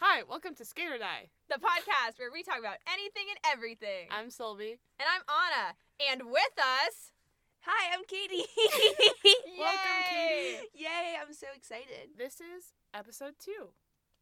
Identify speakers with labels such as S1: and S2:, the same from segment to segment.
S1: Hi, welcome to Skater Die.
S2: the podcast where we talk about anything and everything.
S1: I'm Sylvie.
S2: and I'm Anna. And with us,
S3: Hi, I'm Katie.
S1: Welcome,
S2: yay!
S1: Katie.
S3: Yay, I'm so excited.
S1: This is episode two,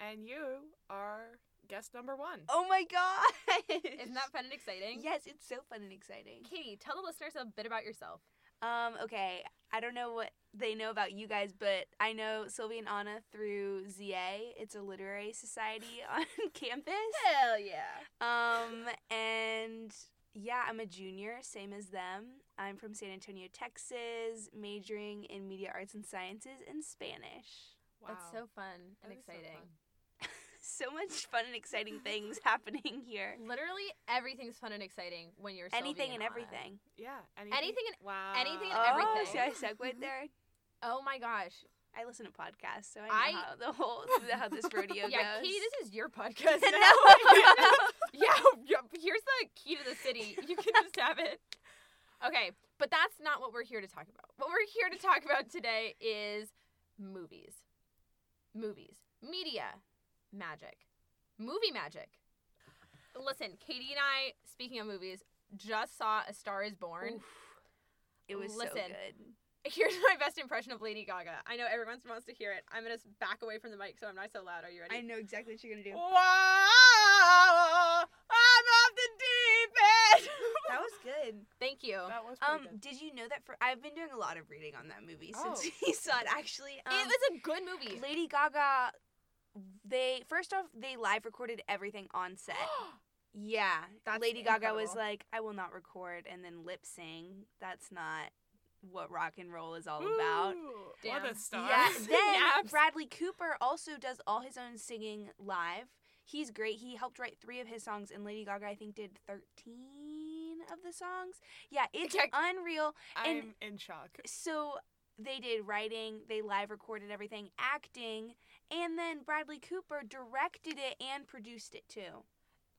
S1: and you are guest number one.
S3: Oh my gosh.
S2: Isn't that fun and exciting?
S3: Yes, it's so fun and exciting.
S2: Katie, tell the listeners a bit about yourself.
S3: Um, okay, I don't know what they know about you guys, but I know Sylvie and Anna through ZA. It's a literary society on campus.
S2: Hell yeah.
S3: Um, and yeah, I'm a junior, same as them. I'm from San Antonio, Texas, majoring in media arts and sciences and Spanish.
S1: Wow.
S2: That's so fun
S1: That
S2: and
S1: is so
S2: exciting.
S1: fun.
S3: So much fun and exciting things happening here.
S2: Literally everything's fun and exciting when you're Sylvie
S3: Anything and
S2: and Anna.
S3: everything.
S1: Yeah. Anything,
S2: Anything and-
S1: wow.
S2: anything and
S3: Oh,
S2: everything.
S3: see, I segued there.
S2: Oh my gosh.
S3: I listen to podcasts, so I know
S2: I-
S3: how the whole how this rodeo
S2: yeah,
S3: goes.
S2: Katie, this is your podcast
S3: No.
S2: now. yeah, yeah, here's the key to the city. You can just have it. Okay, but that's not what we're here to talk about. What we're here to talk about today is movies. Movies. Media. Magic. Movie magic. Listen, Katie and I, speaking of movies, just saw A Star is Born.
S3: Oof. It was so
S2: Listen.
S3: good.
S2: Here's my best impression of Lady Gaga. I know everyone wants to hear it. I'm going to back away from the mic so I'm not so loud. Are you ready?
S3: know exactly what you're gonna do.
S2: Wow, I'm off the deep end.
S3: That was good.
S2: Thank you.
S1: That was pretty
S3: Um,
S1: good.
S3: did you know that for I've been doing a lot of reading on that movie since
S1: Oh.
S3: we saw it actually. Um,
S2: it was a good movie.
S3: Lady Gaga they first off they live recorded everything on set. yeah.
S2: That's
S3: Lady Gaga was
S2: incredible.
S3: like, I will not record and then lip sing. That's not what rock and roll is all
S1: Ooh,
S3: about.
S1: What
S2: Damn.
S1: a star.
S3: Yeah. Then
S2: Naps.
S3: Bradley Cooper also does all his own singing live. He's great. He helped write three of his songs, and Lady Gaga, I think, did 13 of the songs. Yeah, it's
S2: Yeah.
S3: unreal.
S1: I'm
S3: and-
S1: in shock.
S3: So they did writing, they live recorded everything, acting, and then Bradley Cooper directed it and produced it too.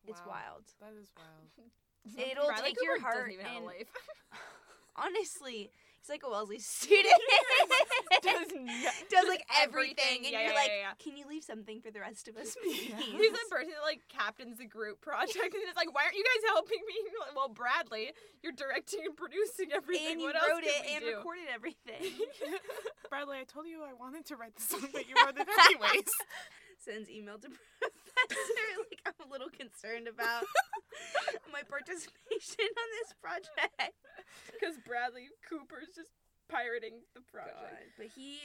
S3: It's
S1: Wow.
S3: wild.
S1: That is wild.
S3: It'll
S2: Bradley
S3: take your
S2: Cooper doesn't
S3: heart
S2: even have a
S3: and-
S2: life.
S3: Honestly, he's like a Wellesley student.
S2: Does not-
S3: Does like
S2: does
S3: everything, and
S2: Yeah,
S3: you're
S2: yeah,
S3: like,
S2: yeah, yeah.
S3: can you leave something for the rest of us, please?
S1: Yeah.
S2: He's the person that like captains the group project, and it's like, why aren't you guys helping me? Well, Bradley, you're directing and producing everything.
S3: and you
S2: what else
S3: wrote
S2: can
S3: it
S2: we
S3: and
S2: do?
S3: recorded everything.
S1: Bradley, I told you I wanted to write the song, but you wrote it anyways.
S3: Sends email to professor like I'm a little concerned about my participation on this project.
S2: Because Bradley Cooper's just pirating the project.
S3: God, But he,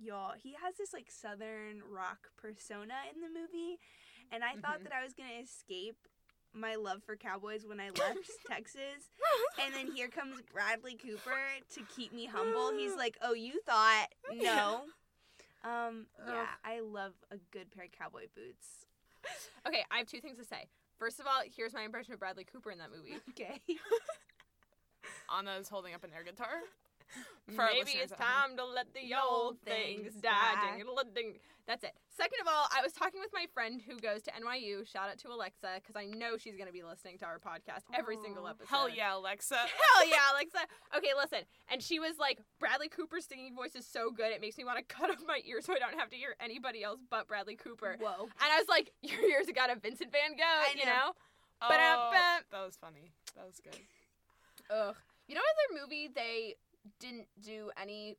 S3: y'all, he has this like southern rock persona in the movie, and I thought
S2: Mhm.
S3: that I was gonna escape my love for cowboys when I left Texas, and then here comes Bradley Cooper to keep me humble. He's like, "Oh, you thought no." Um, yeah,
S2: Ugh.
S3: I love a good pair of cowboy boots.
S2: Okay, I have two things to say. First of all, here's my impression of Bradley Cooper in that movie.
S3: Okay.
S1: Anna is holding up an air guitar. For our
S2: Maybe
S1: listeners
S2: it's
S1: at
S2: time
S1: home.
S2: to let the old things die. Ding, ding, ding. That's it. Second of all, I was talking with my friend who goes to NYU. Shout out to Alexa because I know she's going to be listening to our podcast every single
S3: Aw.
S2: episode.
S1: Hell yeah, Alexa.
S2: Hell yeah, Alexa. Okay, listen. And she was like, Bradley Cooper's singing voice is so good, it makes me want to cut off my ear so I don't have to hear anybody else but Bradley Cooper.
S3: Whoa.
S2: And I was like, your ears got a Vincent van Gogh,
S3: I
S2: you
S3: know.
S2: know?
S1: Oh,
S2: Ba-dum-bum.
S1: that was funny. That was good.
S2: Ugh. You know other movie they didn't do any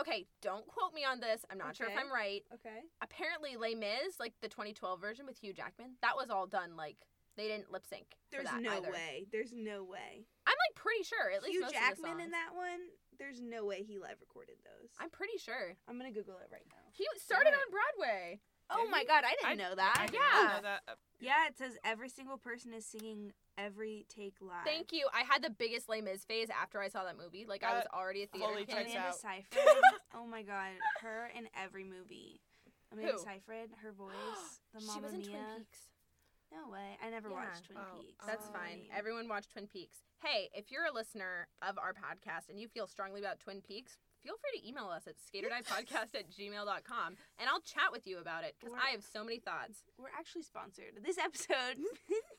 S2: Okay, don't quote me on this. I'm not sure if
S3: Okay.
S2: I'm right.
S3: Okay.
S2: Apparently Les Mis, like the 2012 version with Hugh Jackman, that was all done like they didn't lip sync.
S3: There's
S2: for that
S3: no
S2: either.
S3: way. There's no way.
S2: I'm like pretty sure. At least
S3: Hugh
S2: most of the
S3: Jackman
S2: songs.
S3: in that one. There's no way he live recorded those.
S2: I'm pretty sure.
S3: I'm gonna Google it right now.
S2: He started
S1: it.
S2: on Broadway.
S3: Oh
S1: Did
S3: my
S1: he?
S3: god, I didn't know that.
S1: I did
S2: Yeah.
S1: not know that. Uh,
S3: Yeah, it says every single person is singing every take live.
S2: Thank you. I had the biggest Les Mis phase after I saw that movie. Like I was already a theater
S1: fully
S2: kid.
S1: checks
S3: Amanda
S1: out.
S3: Seyfried. oh my god, her in every movie. Amanda
S2: Who?
S3: Seyfried, her voice, the Mamma
S2: she was in
S3: Mia.
S2: Twin Peaks.
S3: No way, I never
S2: Yeah.
S3: watched Twin
S1: Oh,
S3: Peaks.
S2: That's
S1: Oh.
S2: fine. Everyone watch Twin Peaks. Hey, if you're a listener of our podcast and you feel strongly about Twin Peaks, feel free to email us at skaterdivepodcast at gmail.com and I'll chat with you about it because
S3: Or-
S2: I have so many thoughts.
S3: We're actually sponsored. This episode.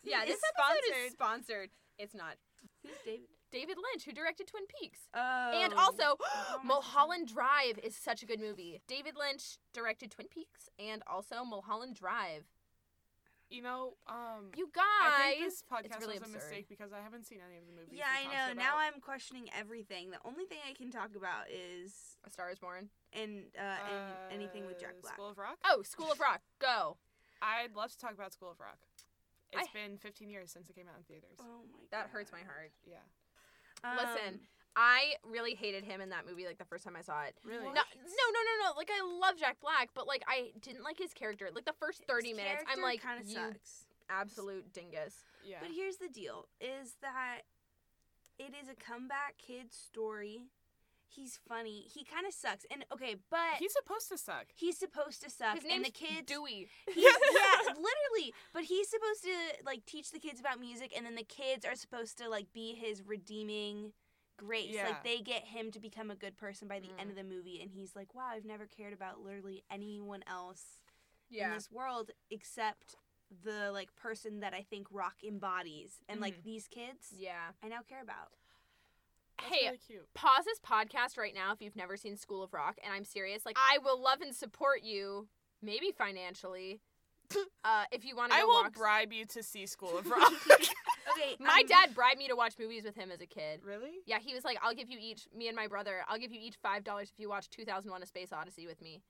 S2: Yeah, this
S3: is
S2: episode is sponsored. It's not.
S3: Who's David?
S2: David Lynch, who directed Twin Peaks.
S3: Oh.
S2: And also,
S3: Oh, my
S2: Mulholland Drive is such a good movie. David Lynch directed Twin Peaks and also Mulholland Drive.
S1: You know, um,
S2: You
S1: I
S2: guys,
S1: think this podcast
S2: really
S1: was a
S2: absurd.
S1: mistake because I haven't seen any of the movies.
S3: Yeah, I know. Now I'm questioning everything. The only thing I can talk about is
S2: A Star Is Born.
S3: and uh, and anything with Jack Black.
S1: School of Rock.
S2: Oh, School of Rock. Go.
S1: I'd love to talk about School of Rock. It's
S2: I-
S1: been 15 years since it came out in theaters.
S3: Oh my god.
S2: That hurts my heart.
S1: Yeah,
S2: Listen, I really hated him in that movie. Like the first time I saw it.
S1: really.
S2: No, no,
S3: What?
S2: no, no, no. Like I love Jack Black, but like I didn't like his character. Like the first thirty minutes, I'm like,
S3: kind of
S2: you
S3: Um, sucks.
S2: absolute dingus.
S1: Yeah.
S3: But here's the deal: is that it is a comeback kid story. He's funny. He kind of sucks. And okay, but he's,
S1: He's supposed to suck.
S3: supposed to suck.
S2: His
S3: and
S2: name's
S3: the kids
S2: Dewey.
S3: He's, yeah, literally. But he's supposed to like teach the kids about music, and then the kids are supposed to like be his redeeming grace.
S1: Yeah.
S3: Like they get him to become a good person by the
S2: Mm.
S3: end of the movie, and he's like, "Wow, I've never cared about literally anyone else in
S2: Yeah.
S3: this world except the like person that I think rock embodies, and like
S1: Mm-hmm.
S3: these kids,
S2: Yeah.
S3: I now care about."
S1: That's
S2: hey,
S1: really cute.
S2: pause this podcast right now if you've never seen School of Rock, and I'm serious. Like, I will love and support you, maybe financially, uh, if you want to.
S1: I will
S2: watch...
S1: bribe you to see School of Rock.
S3: Okay,
S2: My
S3: um,
S2: dad bribed me to watch movies with him as a kid.
S1: really?
S2: Yeah, he was like, "I'll give you each, me and my brother, I'll give you each five dollars if you watch 2001: A Space Odyssey with me,"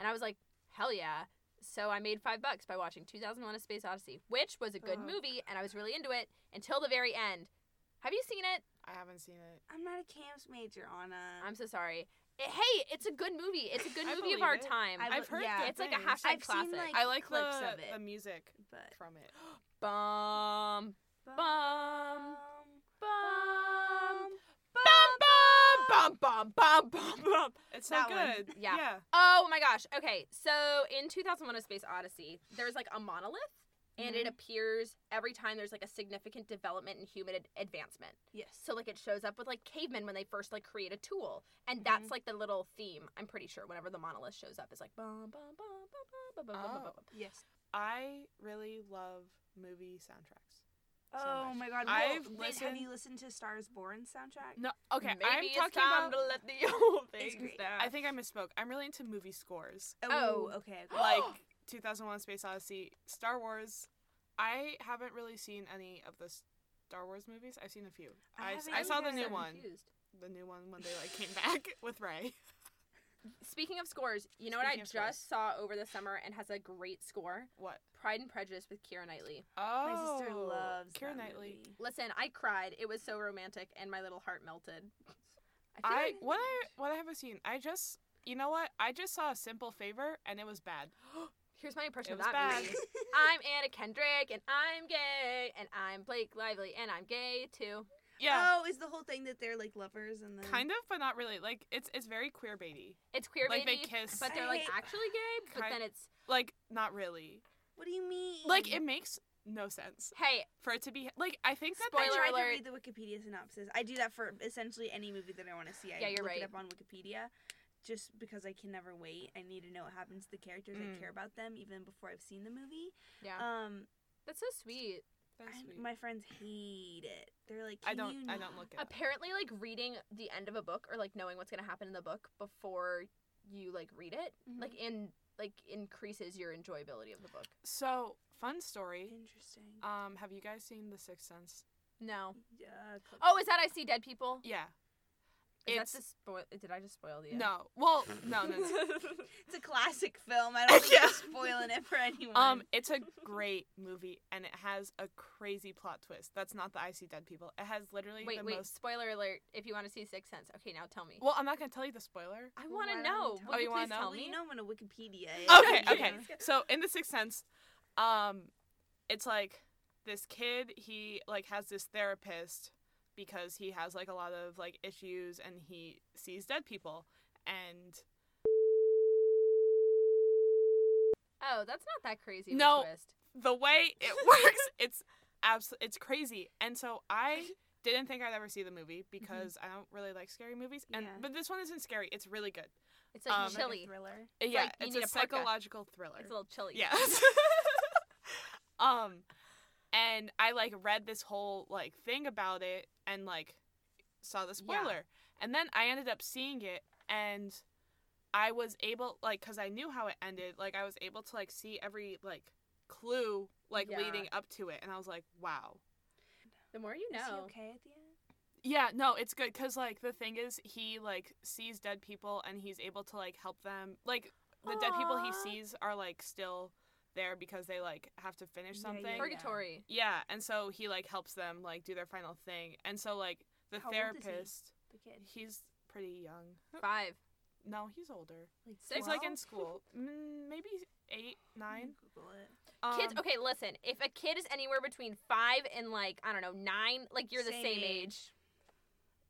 S2: and I was like, "Hell yeah!" So I made five bucks by watching 2001: A Space Odyssey, which was a good
S3: Oh,
S2: movie, and I was really into it until the very end. Have you seen it?
S1: I haven't seen it.
S3: I'm not a camps major, Anna.
S2: I'm so sorry. Eh, hey, it's a good movie. It's a good
S1: I
S2: movie of our
S1: believe it.
S2: time.
S3: I-
S1: I've heard
S3: yeah.
S1: good
S2: it's like a
S1: things.
S2: hashtag
S3: I've seen,
S2: classic.
S3: like-
S1: I like
S3: clips
S1: the,
S3: of it.
S1: the music
S3: but
S1: from it.
S2: bum, bum,
S3: Um,
S2: bum,
S3: um,
S2: bum, bum, bum, bum, bum, bum.
S1: It's so
S3: That one.
S1: good.
S2: Yeah.
S1: yeah.
S2: Oh my gosh. Okay, so in 2001: A Space Odyssey, there's like a monolith, and
S1: Mm-hmm.
S2: it
S3: Mhm.
S2: appears every time there's like a significant development in human ad- advancement.
S3: yes.
S2: So like it shows up with like cavemen when they first like create a tool, and that's
S1: Mm-hmm.
S2: like the little theme. I'm pretty sure whenever the monolith shows up, it's like bum, bum, bum, bum, bum, bum, bum, bum,
S1: Oh.
S2: bum, bum.
S3: Yes.
S1: I really love movie soundtracks. so
S3: Oh
S1: much.
S3: my god!
S1: I've
S3: I've Have you
S1: listened-
S3: listened to Stars Born soundtrack?
S1: No, Oh, okay.
S2: Maybe
S1: I'm
S2: it's
S1: talking
S2: time
S1: about.
S2: to let the old
S3: It's
S2: things
S3: great.
S2: down.
S1: I think I misspoke. I'm really into movie scores,
S3: Oh,
S2: Oh.
S3: okay. okay.
S1: like 2001: Space Odyssey, Star Wars. I haven't really seen any of the Star Wars movies. I've seen a few.
S3: I
S1: I, s-
S3: haven't
S1: I saw the
S3: either.
S1: new
S3: I'm
S1: one. The new one when they like came back with Ray.
S2: Speaking of scores, you know what I
S1: Speaking of
S2: just
S1: scores.
S2: saw over the summer and has a great score?
S1: What?
S2: Pride and Prejudice with Kira Knightley.
S1: Oh,
S3: my sister loves
S1: Keira
S3: that
S1: Knightley.
S3: movie.
S2: Listen, I cried. It was so romantic and my little heart melted. feel
S1: I
S2: like-
S1: what I what I haven't seen. I just you know what? I just saw a simple favor and it was bad.
S2: Here's my impression
S1: It
S2: of
S1: was
S2: that
S1: bad.
S2: movie. I'm Anna Kendrick and I'm gay and I'm Blake Lively and I'm gay too.
S1: Yeah,
S3: Oh, is the whole thing that they're like lovers and then
S1: kind of, but not really. Like it's it's very queer baity.
S2: It's queer
S1: Like, they
S2: baby,
S1: kiss.
S2: but they're
S3: I
S2: like
S3: hate-
S2: actually gay, but
S1: Kind-
S2: then it's
S1: Like not really.
S3: What do you mean?
S1: Like it makes no sense
S2: hey,
S1: for it to be like I think that
S3: I
S1: they
S2: Spoiler
S3: tried
S2: alert.
S3: to read the Wikipedia synopsis. I do that for essentially any movie that I want to see. I
S2: Yeah, you're
S3: look
S2: right.
S3: it up on Wikipedia, just because I can never wait. I need to know what happens to the characters.
S1: Mm. Ah,
S3: I care about them even before I've seen the movie.
S2: yeah.
S3: Um,
S2: uh, That's so sweet.
S1: That's
S3: I-
S1: sweet.
S3: my friends hate it. They're like,
S1: I
S3: "Can
S1: don't
S3: you
S1: I
S3: not?"
S1: don't look it up.
S2: apparently like reading the end of a book or like knowing what's going to happen in the book before you like read it
S3: Mhm.
S2: like in like increases your enjoyability of the book
S1: So fun story.
S3: Interesting.
S1: Um, have you guys seen The Sixth Sense?
S2: no
S3: Yeah, click-
S2: oh is that i see dead people
S1: Yeah.
S2: is that
S1: It's
S2: the spoil did i just spoil the end?
S1: no. Well, no, no. no.
S3: it's a classic film. I don't think
S1: Yeah.
S3: I'm spoiling it for anyone.
S1: Um, it's a great movie and it has a crazy plot twist. That's not the I See Dead People. It has literally
S2: wait
S1: the
S2: wait
S1: most.
S2: spoiler alert if you want to see sixth sense okay now tell me
S1: Well, I'm not gonna tell you the spoiler.
S2: i
S3: Well,
S2: want
S3: why
S2: to
S3: don't
S2: know
S3: you tell
S2: will you
S1: me? Oh, you
S2: please
S1: wanna
S2: tell
S3: Well,
S2: me
S3: you know I'm gonna Wikipedia. it.
S1: Okay,
S3: You
S1: okay.
S3: know.
S1: So in The Sixth Sense, um, it's like this kid. He like has this therapist because he has like a lot of like issues and he sees dead people and
S2: oh that's not that crazy of a
S1: No.
S2: twist.
S1: the way it works, it's abs- it's crazy. And so I didn't think I'd ever see the movie because I don't really like scary movies. And
S3: Yeah.
S1: but this one isn't scary. It's really good.
S2: it's like
S1: Um,
S3: It's like a
S2: chilly
S3: thriller.
S1: Uh, yeah,
S2: like you
S1: it's
S2: need
S1: a,
S2: a parka.
S1: psychological thriller.
S2: it's a little chilly
S1: Yes. um, and I like read this whole like thing about it, and like saw the
S2: Yeah.
S1: spoiler. And then I ended up seeing it and I was able like cuz I knew how it ended, like I was able to like see every like clue like
S2: Yeah.
S1: leading up to it and I was like, "Wow."
S2: The more you
S3: Is he
S2: know.
S3: okay at the end?
S1: Yeah, no, it's good cuz like the thing is he like sees dead people and he's able to like help them. Like the dead people he
S2: Aw.
S1: sees are like still there because they like have to finish
S3: Yeah,
S1: something.
S3: yeah, yeah.
S2: Purgatory.
S1: Yeah, and so he like helps them like do their final thing. And so like the
S3: How old is he?
S1: therapist,
S3: The kid.
S1: he's pretty young.
S2: Five.
S1: No, he's older.
S3: Like
S2: Six?
S1: He's like in school, Mm, maybe eight, nine.
S3: Google it.
S2: Kids,
S1: Um,
S2: okay, listen. If a kid is anywhere between five and like I don't know nine, like you're the
S3: Same
S2: same age.
S3: age.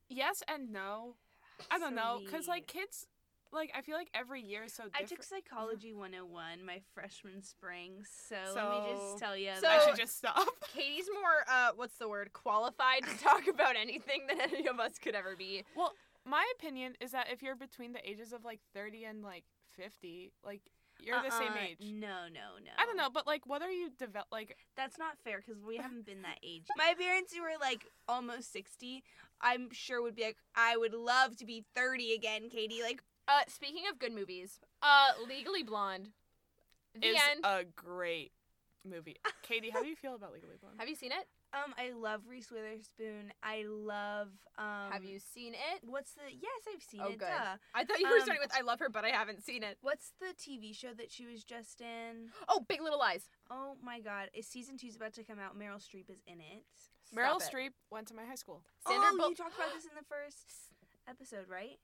S1: Yes and no. I don't
S3: So
S1: know, cause like
S3: mean.
S1: kids, like I feel like every year is so
S3: I
S1: different.
S3: took psychology 101 my freshman spring, so, let me
S1: So-
S3: just tell you.
S2: So-
S1: I
S3: that-
S1: should just stop.
S2: Katie's more uh, what's the word? Qualified to talk about anything than any of us could ever be.
S1: My opinion is that if you're between the ages of like thirty and like fifty, like you're the same
S3: Uh-uh,
S1: age.
S3: No, no, no.
S1: I don't know, but like, what are you develop? Like,
S3: That's not fair because we haven't been that age. My parents who are like almost 60, I'm sure would be like, I would love to be 30 again, Katie. Like,
S2: Uh, speaking of good movies, uh, Legally Blonde. The
S1: is
S2: end.
S1: a great movie. Katie, how do you feel about Legally Blonde?
S2: Have you seen it?
S3: um, I love Reese Witherspoon. I love, um.
S2: Have you seen it?
S3: What's the. Yes, I've seen
S2: Oh,
S3: it.
S2: good.
S3: duh.
S2: I thought you were
S3: um,
S2: starting with I love her, but I haven't seen it.
S3: What's the TV show that she was just in?
S2: Oh, Big Little Lies.
S3: Oh my god. Is season two's about to come out? Meryl Streep is in it.
S1: Meryl
S2: Stop it.
S1: Streep went to my high school.
S2: Sandra
S3: oh,
S2: Bull-
S3: you talked about this in the first episode, right?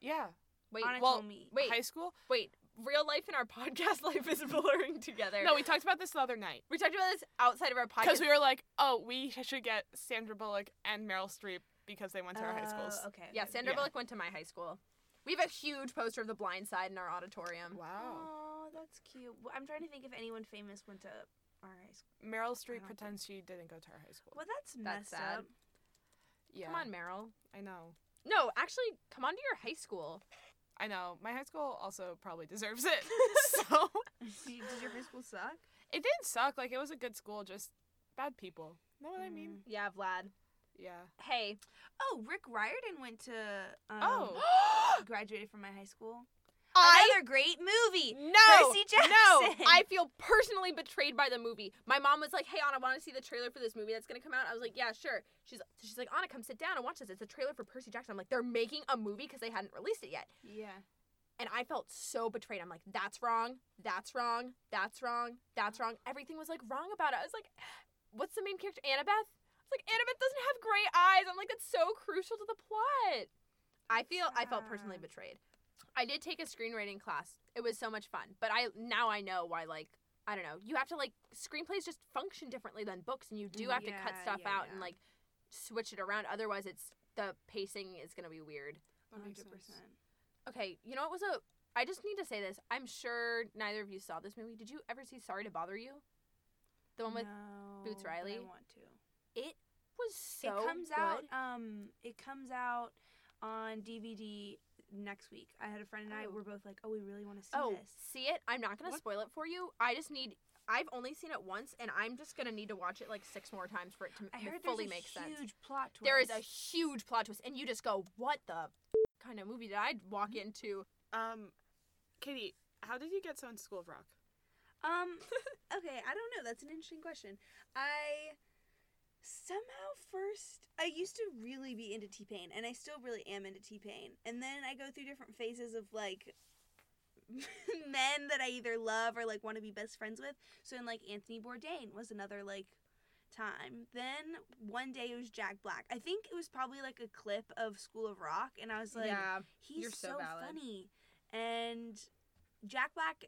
S1: Yeah,
S2: Wait,
S3: Anna
S2: well,
S3: told me.
S2: wait,
S1: high school.
S2: wait. Real life and our podcast life is blurring together.
S1: No, we talked about this the other night
S2: we talked about this outside of our podcast.
S1: because we were like, oh, we should get Sandra Bullock and Meryl Streep because they went to our high schools.
S3: Oh, Okay.
S2: yeah,
S3: okay.
S2: Sandra
S1: yeah.
S2: Bullock went to my high school. We have a huge poster of The Blind Side in our auditorium.
S1: Wow.
S3: Oh, that's cute. Well, I'm trying to think if anyone famous went to our high school.
S1: Meryl
S3: I
S1: Streep
S3: don't
S1: pretends she didn't go to her high school.
S3: Well, that's, messed
S2: sad.
S3: up.
S1: Yeah,
S2: Come on, Meryl.
S1: I know.
S2: No, actually, come on to your high school.
S1: I know. My high school also probably deserves it. so
S3: Did did your high school suck?
S1: it didn't suck. Like it was a good school, just bad people. Know what I mean?
S2: Yeah, Vlad.
S1: Yeah.
S2: Hey.
S3: Oh, Rick Riordan went to. Um,
S1: Oh.
S3: Graduated from my high school.
S2: I
S3: Another great movie.
S2: No,
S3: Percy
S2: no,
S3: Jackson.
S2: I feel personally betrayed by the movie. My mom was like, "Hey, Anna, want to see the trailer for this movie that's gonna come out?" I was like, "Yeah, sure." She's she's like, "Anna, come sit down and watch this. It's a trailer for Percy Jackson." I'm like, "They're making a movie because they hadn't released it yet,"
S3: Yeah.
S2: and I felt so betrayed. I'm like, "That's wrong. That's wrong. That's wrong. That's wrong." Everything was like wrong about it. I was like, "What's the main character, Annabeth?" It's like Annabeth doesn't have gray eyes. I'm like, "That's so crucial to the plot." I feel I felt personally
S3: Sad.
S2: betrayed. I did take a screenwriting class. It was so much fun. But I now I know why like I don't know. You have to like screenplays just function differently than books and you do
S1: Mhm.
S2: have to cut
S3: Yeah,
S2: stuff
S3: yeah,
S2: out and
S3: yeah.
S2: like switch it around otherwise it's the pacing is going to be weird.
S1: That makes
S3: Hundred
S1: sense.
S3: percent.
S2: Okay, you know what was a I just need to say this. I'm sure neither of you saw this movie. Did you ever see Sorry to Bother You? The one with
S3: no,
S2: Boots
S3: but
S2: Riley?
S3: I want to.
S2: it was so
S3: it comes
S2: good.
S3: out um it comes out on DVD next week. I had a friend and I
S2: Oh.
S3: were both like, "Oh, we really want to see
S2: Oh,
S3: this."
S2: see it? I'm not gonna
S1: What?
S2: spoil it for you. I just need. I've only seen it once, and I'm just gonna need to watch it like six more times for it to
S3: I
S2: m-
S3: heard
S2: fully
S3: there's a
S2: make
S3: huge
S2: sense.
S3: plot twist.
S2: There is a huge plot twist, and you just go, "What the f- kind of movie did I walk
S3: Mm-hmm.
S2: into?"
S1: Um, Katie, how did you get so into School of Rock?
S3: um okay, I don't know. That's an interesting question. I somehow first I used to really be into T-Pain and I still really am into T-Pain. And then I go through different phases of like men that I either love or like want to be best friends with. So in like Anthony Bourdain was another like time. Then one day it was Jack Black. I think it was probably like a clip of School of Rock and I was like he's
S2: You're so
S3: so,
S2: valid.
S3: funny. And Jack Black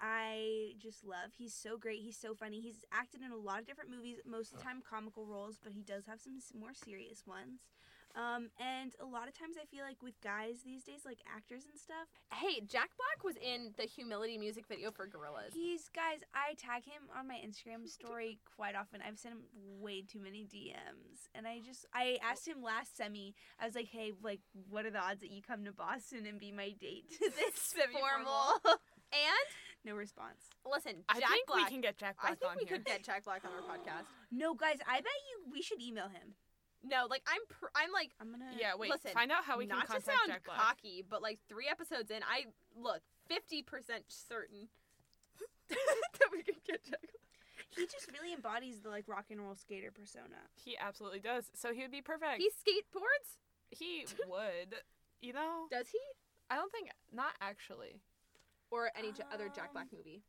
S3: I just love. He's so great. He's so funny. He's acted in a lot of different movies, most of the time comical roles, but he does have some s- more serious ones. Um, and a lot of times I feel like with guys these days, like actors and stuff,
S2: Hey, Jack Black was in the Humility music video for Gorillas.
S3: He's guys. I tag him on my Instagram story quite often. I've sent him way too many DMs, and I just I asked him last semi. I was like, "Hey, like, what are the odds that you come to Boston and be my date to this semi-formal?"
S2: and
S3: no response.
S2: listen,
S1: I
S2: Jack
S1: think
S2: Black.
S1: we can get Jack Black
S2: I think
S1: on
S2: we
S1: here.
S2: could get Jack Black on our podcast.
S3: No, guys. I bet you we should email him.
S2: No, like I'm pr- I'm like
S3: I'm gonna.
S1: Yeah, wait.
S2: Listen,
S1: find out how we can
S2: not to
S1: contact
S2: sound
S1: Jack Black.
S2: cocky, but like three episodes in, I look fifty percent certain that we can get Jack. Black.
S3: He just really embodies the like rock and roll skater persona.
S1: He absolutely does. So he would be perfect.
S2: He skateboards,
S1: he would. You know?
S2: does he?
S1: I don't think not actually.
S2: Or any j- other Jack
S3: Um,
S2: Black movie?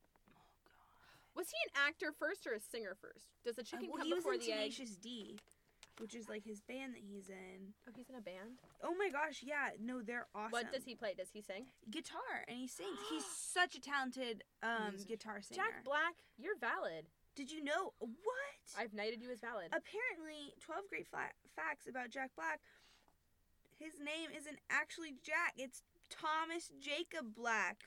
S2: Was he an actor first or a singer first? Does the chicken
S3: Uh, well,
S2: come
S3: he was
S2: before
S3: in
S2: the egg?
S3: Tenacious D, which is like his band that he's in.
S2: Oh, he's in a band.
S3: Oh my gosh, yeah, no, they're awesome.
S2: What does he play? Does he sing?
S3: Guitar and he sings. He's such a talented um,
S1: Musician.
S3: guitar singer.
S2: Jack Black, you're valid.
S3: Did you know what?
S2: I've knighted you as valid.
S3: Apparently, twelve great fla- facts about Jack Black. His name isn't actually Jack. It's Thomas Jacob Black.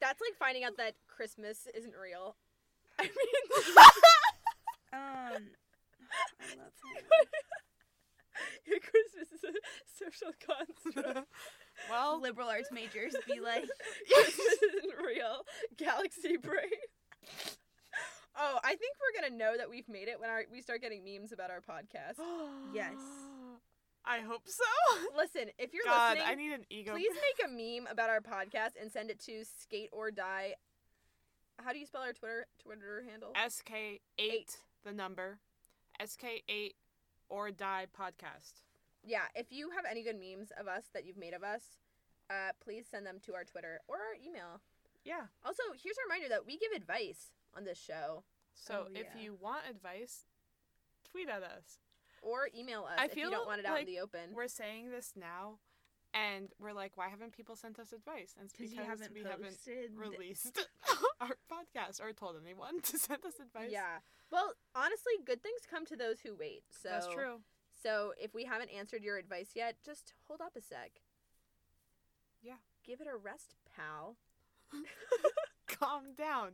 S2: That's like finding out that Christmas isn't real. I mean,
S3: Um, I love him.
S2: Christmas is a social construct.
S1: Well,
S3: Liberal arts majors be like,
S2: Christmas isn't real. Galaxy brain. Oh, I think we're gonna know that we've made it when our, we start getting memes about our podcast.
S3: Yes.
S1: I hope so.
S2: Listen, if you're
S1: God,
S2: listening,
S1: I need an ego.
S2: please make a meme about our podcast and send it to Skate or Die. How do you spell our Twitter Twitter handle?
S1: SK8,
S2: Eight.
S1: the number. SK8 or die podcast.
S2: yeah, if you have any good memes of us that you've made of us, uh, please send them to our Twitter or our email.
S1: Yeah.
S2: Also, here's a reminder that we give advice on this show
S1: So
S3: Oh,
S1: if
S3: yeah.
S1: you want advice, tweet at us.
S2: or email us
S1: I
S2: if you
S1: feel
S2: don't want it out
S1: like
S2: in the open.
S1: We're saying this now and we're like, why haven't people sent us advice? And it's
S3: because
S1: because
S3: you haven't
S1: we haven't
S3: posted.
S1: released our podcast or told anyone to send us advice.
S2: Yeah. Well, honestly, good things come to those who wait. So
S1: That's true.
S2: So if we haven't answered your advice yet, just hold up a sec.
S1: Yeah.
S2: Give it a rest, pal.
S1: Calm down.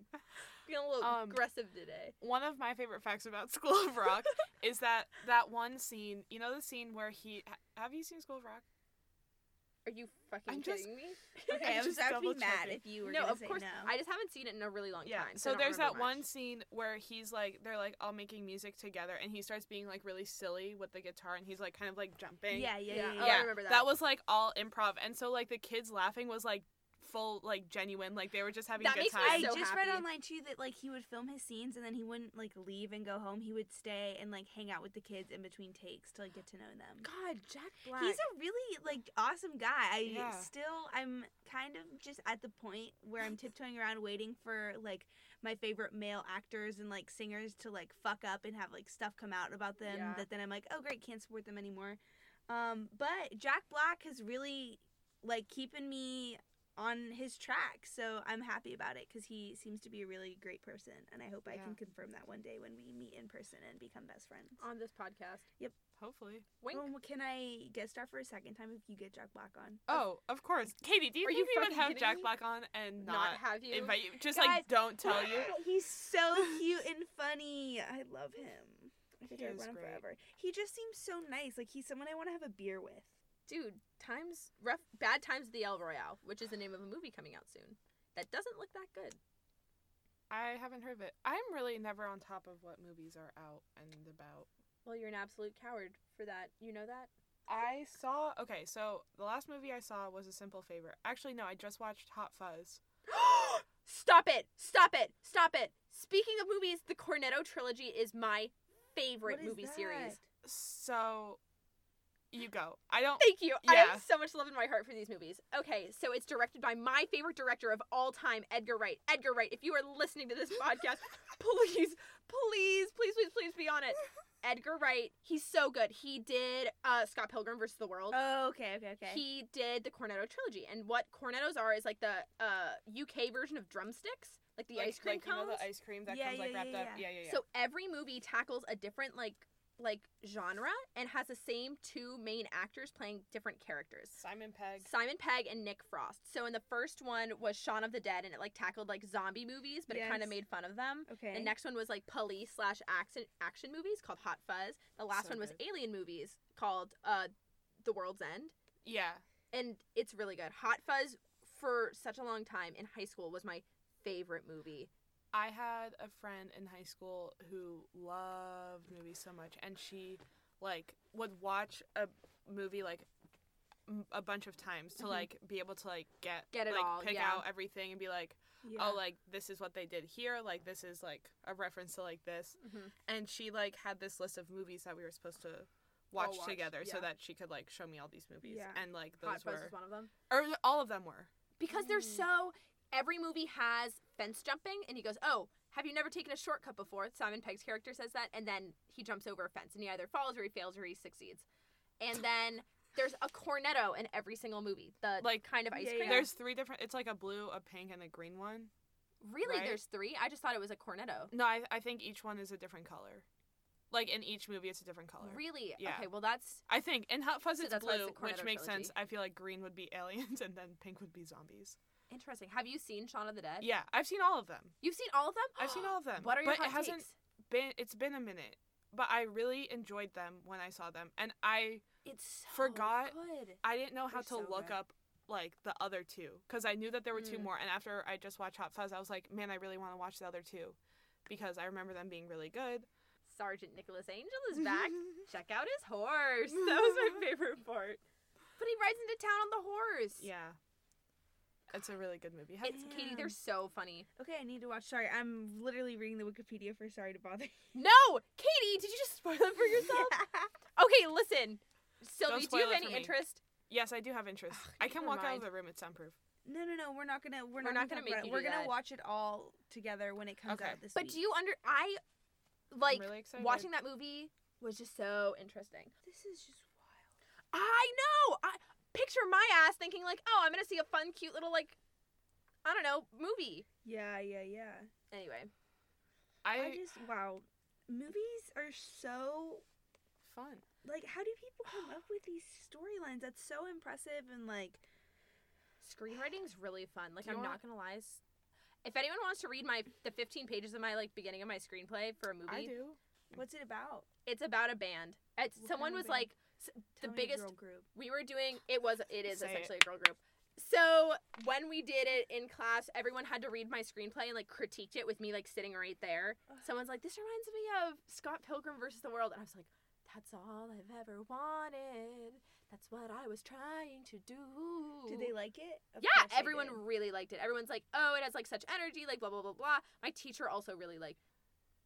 S2: Feeling a little
S1: Um,
S2: aggressive today.
S1: one of my favorite facts about School of Rock is that that one scene, you know, the scene where he. ha- Have you seen School of Rock?
S2: Are you fucking
S1: I'm just-
S2: kidding me?
S3: Okay, I
S1: I'm
S3: was
S1: just
S3: about to be
S1: double
S3: mad
S1: checking.
S3: if you were
S2: no,
S3: gonna
S2: of
S3: say
S2: course.
S3: no.
S2: I just haven't seen it in a really long time.
S1: So
S2: I don't
S1: there's that
S2: remember
S1: one
S2: much.
S1: scene where he's like, they're like all making music together, and he starts being like really silly with the guitar, and he's like kind of like jumping.
S3: yeah, yeah, yeah,
S2: Yeah.
S3: yeah.
S2: Oh, I
S1: yeah.
S2: remember that.
S1: that. was like all improv, and so like the kids laughing was like full, like genuine, like they were just having
S2: That
S1: a good
S2: makes me
S1: time.
S3: I
S2: so
S3: just read
S2: happy.
S3: online too that like he would film his scenes and then he wouldn't like leave and go home. He would stay and like hang out with the kids in between takes to like get to know them.
S2: God, Jack Black.
S3: He's a really like awesome guy. I
S1: Yeah.
S3: still I'm kind of just at the point where I'm tiptoeing around waiting for like my favorite male actors and like singers to like fuck up and have like stuff come out about them
S2: Yeah.
S3: that then I'm like, "Oh great, can't support them anymore." Um but Jack Black has really like keeping me on his track. So I'm happy about it cuz he seems to be a really great person and I hope I
S1: Yeah.
S3: can confirm that one day when we meet in person and become best friends.
S2: on this podcast.
S1: Hopefully.
S2: Wink.
S3: Well, Um, can I guest star for a second time if you get Jack Black on?
S1: Oh, of course. Katie, do you
S2: Are
S1: think
S2: you
S1: we would
S2: fucking
S1: have
S2: kidding
S1: Jack
S2: me?
S1: Black on and
S2: not,
S1: not,
S2: have you?
S1: invite you? Just
S3: Guys,
S1: like don't tell you.
S3: He's so cute and funny. I love him. I think
S1: He
S3: I
S1: is
S3: want him
S1: great.
S3: forever. He just seems so nice. Like he's someone I want to have a beer with.
S2: Dude, times rough. Bad times at the El Royale, which is the name of a movie coming out soon. That doesn't look that good.
S1: I haven't heard of it. I'm really never on top of what movies are out and about.
S2: Well, you're an absolute coward for that. You know that.
S1: I saw okay, so the last movie I saw was A Simple Favor. Actually, no, I just watched Hot Fuzz.
S2: Stop it! Stop it! Stop it! Speaking of movies, the Cornetto trilogy is my favorite
S3: What is
S2: movie series.
S1: So you go. I don't
S2: Thank you. I
S1: Yeah.
S2: have so much love in my heart for these movies. Okay, so it's directed by my favorite director of all time, Edgar Wright. Edgar Wright, if you are listening to this podcast, please, please, please, please, please be on it. Edgar Wright, he's so good. He did uh, Scott Pilgrim versus the World.
S3: Oh, okay, okay, okay.
S2: He did the Cornetto trilogy, and what cornetos are is like the uh, UK version of drumsticks, like the
S1: like,
S2: ice cream
S1: like,
S2: cones.
S1: You know the ice cream that
S3: Yeah,
S1: comes like
S3: yeah,
S1: wrapped
S3: yeah,
S1: up. Yeah, yeah, yeah.
S2: So every movie tackles a different like like genre and has the same two main actors playing different characters.
S1: Simon Pegg.
S2: Simon Pegg and Nick Frost. So in the first one was Shaun of the Dead and it like tackled like zombie movies, but it kind of
S3: Yes.
S2: made fun of them.
S3: okay.
S2: The next one was like police slash action action movies called Hot Fuzz. The last
S1: So
S2: one was
S1: good.
S2: alien movies called uh The World's End.
S1: Yeah.
S2: And it's really good. Hot Fuzz for such a long time in high school was my favorite movie.
S1: I had a friend in high school who loved movies so much, and she like would watch a movie like m- a bunch of times to
S2: Mhm.
S1: like be able to like get
S2: Get it
S1: like,
S2: all,
S1: pick
S2: yeah.
S1: out everything and be like oh
S2: uh,
S1: like this is what they did here like this is like a reference to like this
S2: Mhm.
S1: and she like had this list of movies that we were supposed to watch,
S2: watch,
S1: together so
S2: yeah.
S1: that she could like show me all these movies
S3: Yeah.
S1: and like
S2: Hot
S1: those
S2: Fuzz
S1: were
S2: is one of them.
S1: or all of them were
S2: because they're
S3: Mm.
S2: so every movie has fence jumping and he goes oh have you never taken a shortcut before simon pegg's character says that and then he jumps over a fence and he either falls or he fails or he succeeds and then there's a cornetto in every single movie the
S1: Like,
S2: like kind of ice
S3: yeah,
S2: cream
S3: yeah.
S1: there's three different it's like a blue a pink and a green one
S2: really
S1: right?
S2: there's three i just thought it was a cornetto
S1: no I, I think each one is a different color like in each movie it's a different color
S2: really
S1: Yeah.
S2: okay well that's
S1: I think in Hot Fuzz
S2: So
S1: it's
S2: that's why it's
S1: blue,
S2: the
S1: which
S2: Coronado
S1: makes
S2: trilogy.
S1: sense. I feel like green would be aliens and then pink would be zombies.
S2: interesting have you seen shaun of the dead
S1: Yeah, I've seen all of them.
S2: you've seen all of them
S1: I've seen all of them.
S2: what are your
S1: but
S2: hot
S1: it hasn't
S2: takes?
S1: been it's been a minute. But I really enjoyed them when I saw them and I
S2: it's so
S1: forgot-
S2: good
S1: I didn't know how
S3: They're
S1: to
S3: so
S1: look
S3: good.
S1: up like the other two cuz I knew that there were two
S2: Mm.
S1: more and after I just watched Hot Fuzz I was like, "Man, I really want to watch the other two because I remember them being really good."
S2: sergeant nicholas angel is back check out his horse. That was my favorite part. But he rides into town on the horse.
S1: yeah. It's a really good movie. Have-
S2: It's Katie, they're so funny.
S3: Okay, I need to watch. Sorry, I'm literally reading the Wikipedia for Sorry to Bother.
S2: No! Katie, did you just spoil it for yourself? Okay, listen. Sylvie, do
S1: spoil
S2: you
S1: it
S2: have
S1: for
S2: any
S1: me.
S2: interest?
S1: yes, I do have interest.
S2: Ugh,
S1: I
S2: never
S1: can walk out
S2: mind.
S1: of the room. It's soundproof.
S3: No, no, no. We're not gonna. We're,
S2: We're not gonna
S3: talk
S2: make
S3: about it.
S2: you
S3: We're
S2: do
S3: gonna
S2: that.
S3: watch it all together when it comes
S1: Okay.
S3: out this
S2: But
S3: week.
S2: do you under I like
S1: I'm really excited.
S2: watching that movie was just so interesting.
S3: This is just wild.
S2: I know. I picture my ass thinking like, "Oh, I'm going to see a fun cute little like I don't know, movie."
S3: Yeah, yeah, yeah.
S2: Anyway,
S3: I, just wow. Movies are so
S1: fun.
S3: like. How do people come up with these storylines? That's so impressive and like.
S2: screenwriting's really fun. Like
S1: Do you
S2: I'm
S1: wanna-
S2: not gonna lie. s- If anyone wants to read my the 15 pages of my like beginning of my screenplay for a movie,
S1: I do.
S3: What's it about?
S2: it's about a band. It's,
S3: What
S2: someone
S3: kind
S2: was
S3: of
S2: like
S3: band?
S2: s- the
S3: Tell me a
S2: biggest
S3: girl group.
S2: we were doing it was it is
S1: Say it.
S2: essentially a girl group. So when we did it in class, everyone had to read my screenplay and like critiqued it with me like sitting right there.
S3: Ugh.
S2: Someone's like, "This reminds me of Scott Pilgrim versus the World," and I was like, "That's all I've ever wanted. That's what I was trying to do."
S3: Did they like it? Of
S2: yeah,
S3: course they
S2: everyone
S3: did.
S2: really liked it. Everyone's like, oh, it has like such energy, like blah blah blah blah. My teacher also really liked.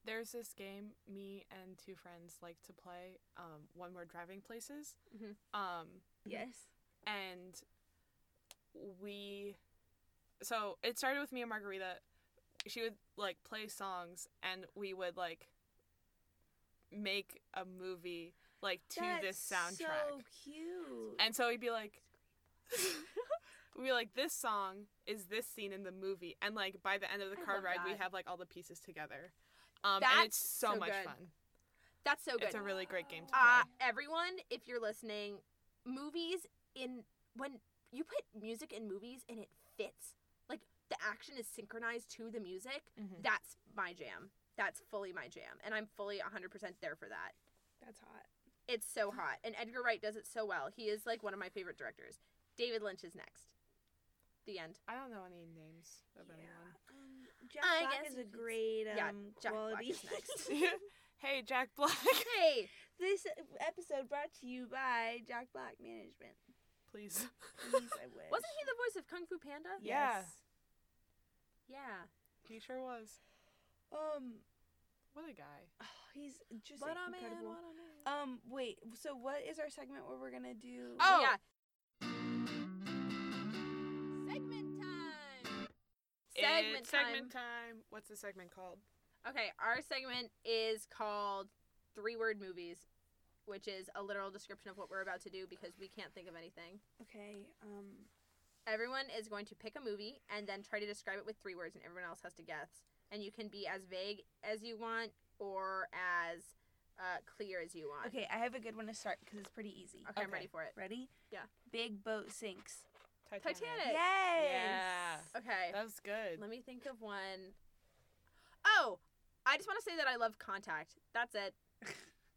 S1: There's this game me and two friends like to play um, when we're driving places.
S2: Mhm.
S1: Um,
S3: Yes.
S1: and we. So it started with me and Margarita. She would like play songs, and we would like make a movie like to this
S3: That's
S1: soundtrack.
S3: So cute.
S1: And so he'd be like, we'd be like, this song is this scene in the movie. And like by the end of the
S2: I
S1: car
S2: love
S1: ride, we
S2: that.
S1: have like all the pieces together. Um, and
S2: That's
S1: it's so,
S2: so
S1: much
S2: good.
S1: fun.
S2: That's so good.
S1: It's a really great game to play.
S2: uh, everyone, if you're listening, movies in when you put music in movies and it fits, like the action is synchronized to the music.
S1: Mhm.
S2: That's my jam. That's fully my jam, and I'm fully 100% there for that.
S3: That's hot.
S2: It's so
S1: Mm.
S2: hot, and Edgar Wright does it so well. He is like one of my favorite directors. David Lynch is next. The end.
S1: I don't know any names of anyone.
S3: Um, Jack
S2: I
S3: Black
S2: guess
S3: is
S2: you
S3: a
S2: could s-
S3: great um,
S2: yeah, Jack Black
S3: quality.
S2: is next.
S1: hey, Jack Black.
S2: Hey,
S3: this episode brought to you by Jack Black Management.
S1: Please.
S3: Please, I wish.
S2: wasn't he the voice of Kung Fu Panda?
S1: Yeah.
S2: Yeah.
S1: He sure was.
S3: Um,
S1: What a guy.
S3: oh, he's just incredible. um, wait. So, what is our segment where we're gonna do?
S1: Oh.
S2: yeah. Segment time. Segment
S1: It's
S2: time.
S1: segment time. What's the segment called?
S2: Okay, our segment is called Three Word Movies, which is a literal description of what we're about to do because we can't think of anything.
S3: Okay. Um.
S2: Everyone is going to pick a movie and then try to describe it with three words, and everyone else has to guess. And you can be as vague as you want or as uh, clear as you want.
S3: Okay, I have a good one to start because it's pretty easy.
S2: Okay, I'm
S1: Okay.
S2: ready for it.
S3: Ready?
S2: Yeah.
S3: Big boat sinks.
S2: Titanic.
S3: Yes.
S1: Yeah.
S2: Okay.
S1: That was good.
S2: Let me think of one. Oh, I just want to say that I love contact. That's it.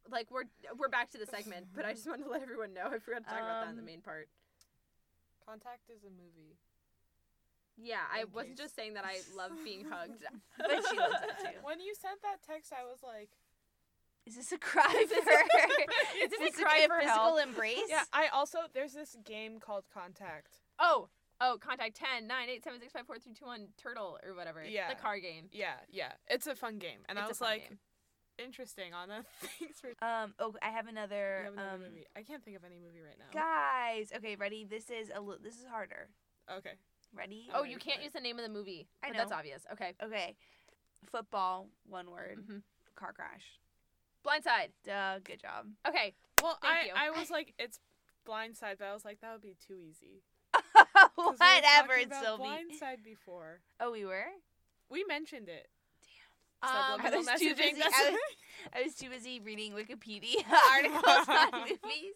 S2: like we're we're back to the segment, but I just wanted to let everyone know. I forgot to talk about that in the
S3: Um,
S2: main part.
S1: Contact is a movie.
S2: Yeah, I
S1: in
S2: wasn't
S1: case.
S2: just saying that I love being hugged.
S3: But she loves it too.
S1: When you sent that text, I was like,
S3: Is this a cry
S2: Is this
S3: for?
S2: Is this a
S3: physical-
S2: cry for
S3: physical
S2: help?
S3: embrace?
S1: Yeah, I also there's this game called Contact.
S2: Oh, oh, contact 10, 9, 8, 7, 6, 5, 4, 3, 2, 1, turtle or whatever.
S1: Yeah.
S2: The car game.
S1: Yeah, yeah, it's a fun game, and
S2: It's
S1: I
S2: a
S1: was
S2: fun
S1: like,
S2: game.
S1: interesting, Anna. Thanks for.
S3: Um. Oh, I have
S1: You
S3: another.
S1: have another
S3: um,
S1: movie. I can't think of any movie right now.
S3: Guys, okay, ready. This is a. Li- this is harder.
S1: Okay.
S3: Ready?
S2: Oh,
S1: Alright,
S2: you can't
S1: alright.
S2: use the name of the movie.
S3: I
S2: but That's
S3: know.
S2: obvious. Okay.
S3: Okay. Football. One word.
S2: Mhm.
S3: Car crash.
S2: Blindside.
S3: Duh. Good job.
S2: Okay.
S1: Well,
S2: Thank
S1: I
S2: you.
S1: I was like, it's Blindside, but I was like, that would be too easy. 'Cause we were
S3: Whatever,
S1: talking
S3: it's
S1: about
S3: Sylvie.
S1: Blindside before
S3: Oh, we were.
S1: we mentioned it.
S2: Um,
S1: Subliminal
S3: I was too
S1: messaging,
S3: busy.
S1: that's-
S3: I was, I was too busy reading Wikipedia articles on movies.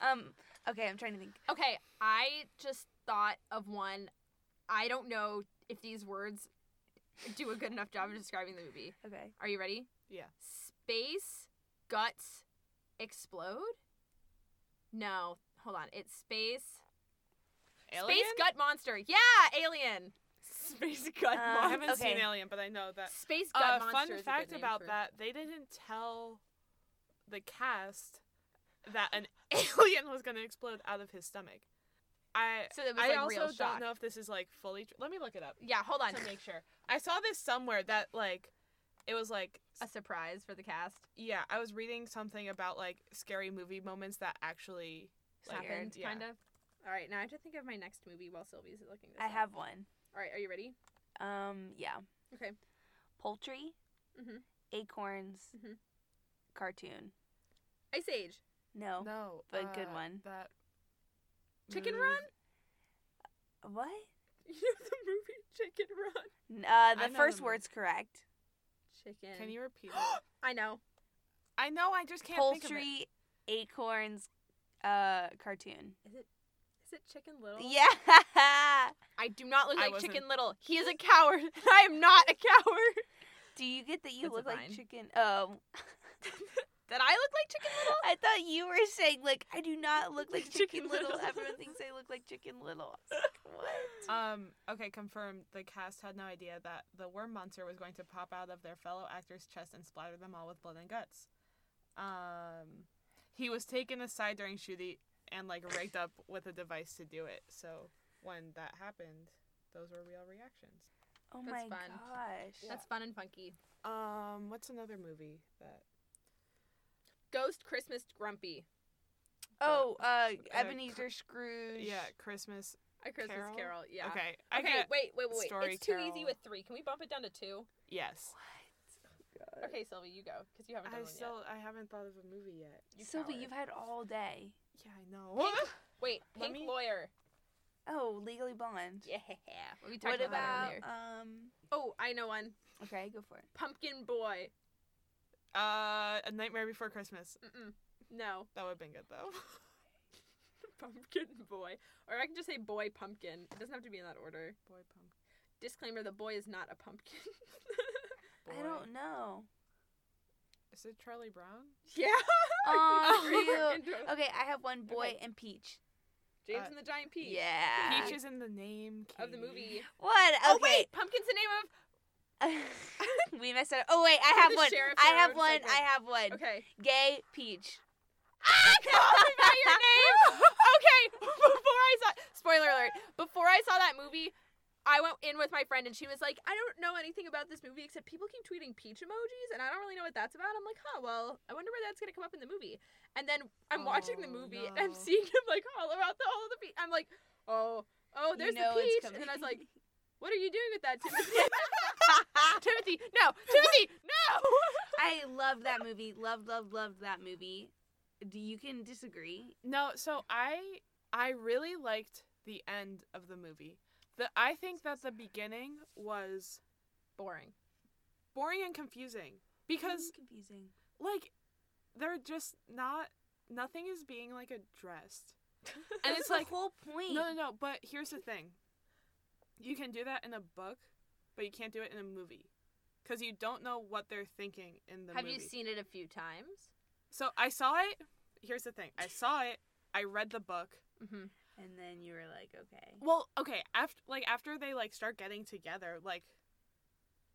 S3: Um. Okay, I'm trying to think.
S2: okay. I just thought of one. I don't know if these words do a good enough job of describing the movie.
S3: Okay.
S2: Are you ready?
S1: Yeah.
S2: Space guts explode? No. Hold on. It's space.
S1: Alien?
S2: Space gut monster. Yeah, alien. Uh,
S1: Space Gut
S3: Um,
S1: Monster. I haven't
S3: okay.
S1: seen Alien, but I know that.
S2: Space gut
S1: Uh,
S2: monster.
S1: fun
S2: is a good
S1: fact
S2: name
S1: about
S2: for-
S1: that: they didn't tell the cast that an alien was going to explode out of his stomach. I
S2: So it was
S1: I
S2: like
S1: also
S2: real
S1: don't
S2: shock.
S1: know if this is like fully. Tr- Let me look it up
S2: Yeah, hold on.
S1: to make sure. I saw this somewhere that like it was like
S2: a surprise for the cast.
S1: yeah. I was reading something about like scary movie moments that actually Like,
S2: happened,
S1: yeah.
S2: kind of. All right, now I have to think of my next movie while Sylvie's looking this
S3: I
S2: up.
S3: have one.
S2: All right, are you ready?
S3: Um. Yeah.
S2: Okay.
S3: Poultry.
S2: Mhm.
S1: Mm-hmm.
S3: Acorns.
S2: Mhm.
S3: Cartoon.
S2: Ice Age. Oh,
S3: No.
S1: no, uh,
S3: but good one.
S1: That
S2: Chicken
S1: move-
S2: Run?
S3: What?
S2: You know the movie Chicken Run?
S3: N- Uh,
S1: know
S3: the
S1: the
S3: first
S1: movie.
S3: word's correct.
S2: Chicken.
S1: Can you repeat it?
S2: I know.
S1: I know. I just can't think of it.
S3: Poultry, acorns, uh, cartoon.
S2: Is it? Is it Chicken Little?
S3: Yeah.
S2: I do not look
S1: I
S2: like
S1: wasn't-
S2: Chicken Little. He is a coward. and I am not a coward.
S3: Do you get that you
S2: That's a
S3: look like
S2: vine.
S3: chicken? Oh,
S2: That I look like Chicken Little?
S3: I thought you were saying like I do not look like Chicken,
S2: Chicken
S3: Little.
S2: Little.
S3: Everyone thinks I look like Chicken Little. I was like, what?
S1: Um, okay, confirmed. The cast had no idea that the worm monster was going to pop out of their fellow actors' chest and splatter them all with blood and guts. Um, he was taken aside during shooting and like raked up with a device to do it. So when that happened, those were real reactions.
S3: Oh
S2: That's
S3: my
S2: fun.
S3: gosh.
S2: That's fun and funky.
S1: Um, what's another movie that?
S2: Ghost Christmas Grumpy.
S3: Oh, uh,
S1: uh,
S3: Ebenezer Scrooge.
S1: Yeah, Christmas.
S2: A Christmas
S1: Carol?
S2: Carol. Yeah.
S1: Okay, I
S2: Okay,
S1: get.
S2: wait, wait, wait, wait.
S1: Story
S2: it's too
S1: Carol.
S2: easy with three. Can we bump it down to two?
S1: Yes,
S2: Okay, Sylvie, you go, because you haven't done
S1: Uh, I
S2: one
S1: still I haven't thought of a movie yet.
S2: yet. You
S3: Sylvie,
S2: coward.
S3: you've had all day.
S1: Yeah, I know.
S2: Wait, Pink
S1: Let me-
S2: Lawyer.
S3: Oh, Legally Blonde.
S2: Yeah. We talked
S3: What
S2: about, that
S3: about
S2: earlier.
S3: um?
S2: Oh, I know one.
S3: Okay, go for it.
S2: Pumpkin Boy.
S1: uh, A Nightmare Before Christmas.
S2: Mm-mm. No.
S1: That would have been good though.
S2: Pumpkin Boy. Or I can just say Boy Pumpkin. It doesn't have to be in that order.
S1: Boy pump.
S2: Disclaimer the boy is not a pumpkin.
S3: I don't know.
S1: Is it Charlie Brown?
S2: yeah.
S3: Oh,
S2: We were
S3: cute.
S2: into it.
S3: Okay, I have one boy
S2: Okay.
S3: and peach.
S2: James
S1: Uh,
S2: and the Giant Peach.
S3: Yeah.
S1: Peach is in the name
S2: Of the
S1: Katie.
S2: movie.
S3: What? Okay.
S2: Oh, wait. Pumpkin's the name
S3: we messed up. Oh wait, I have
S2: The
S3: one.
S2: sheriff's
S3: I have
S2: road
S3: one.
S2: segment.
S3: I have one.
S2: of. Okay.
S3: Gay peach.
S2: I called him by your name. Okay, before I saw spoiler alert, before I saw that movie, I went in with my friend and she was like, I don't know anything about this movie except people keep tweeting peach emojis and I don't really know what that's about. I'm like, huh, well, I wonder where that's gonna come up in the movie. And then I'm watching the
S1: Oh,
S2: movie and I'm
S1: no.
S2: seeing him like all about the all of the peach. I'm like, oh, oh,
S3: You
S2: there's
S3: know
S2: the
S3: it's
S2: peach. And
S3: coming.
S2: then I was like, what are you doing with that, Timothy? Timothy, no, Timothy, no.
S3: I love that movie. Love, love, love that movie. Do you can disagree?
S1: No, so I I really liked the end of the movie. The I think that the beginning was
S2: Boring.
S1: boring and confusing because
S3: confusing.
S1: like they're just not nothing is being like addressed. And it's like
S3: the whole point.
S1: no no no, but here's the thing. You can do that in a book, but you can't do it in a movie. Cuz you don't know what they're thinking in the
S2: Have
S1: movie.
S2: you seen it a few times?
S1: So I saw it. Here's the thing. I saw it. I read the book.
S2: Mm-hmm.
S3: And then you were like, okay.
S1: Well, okay, after like after they like start getting together, like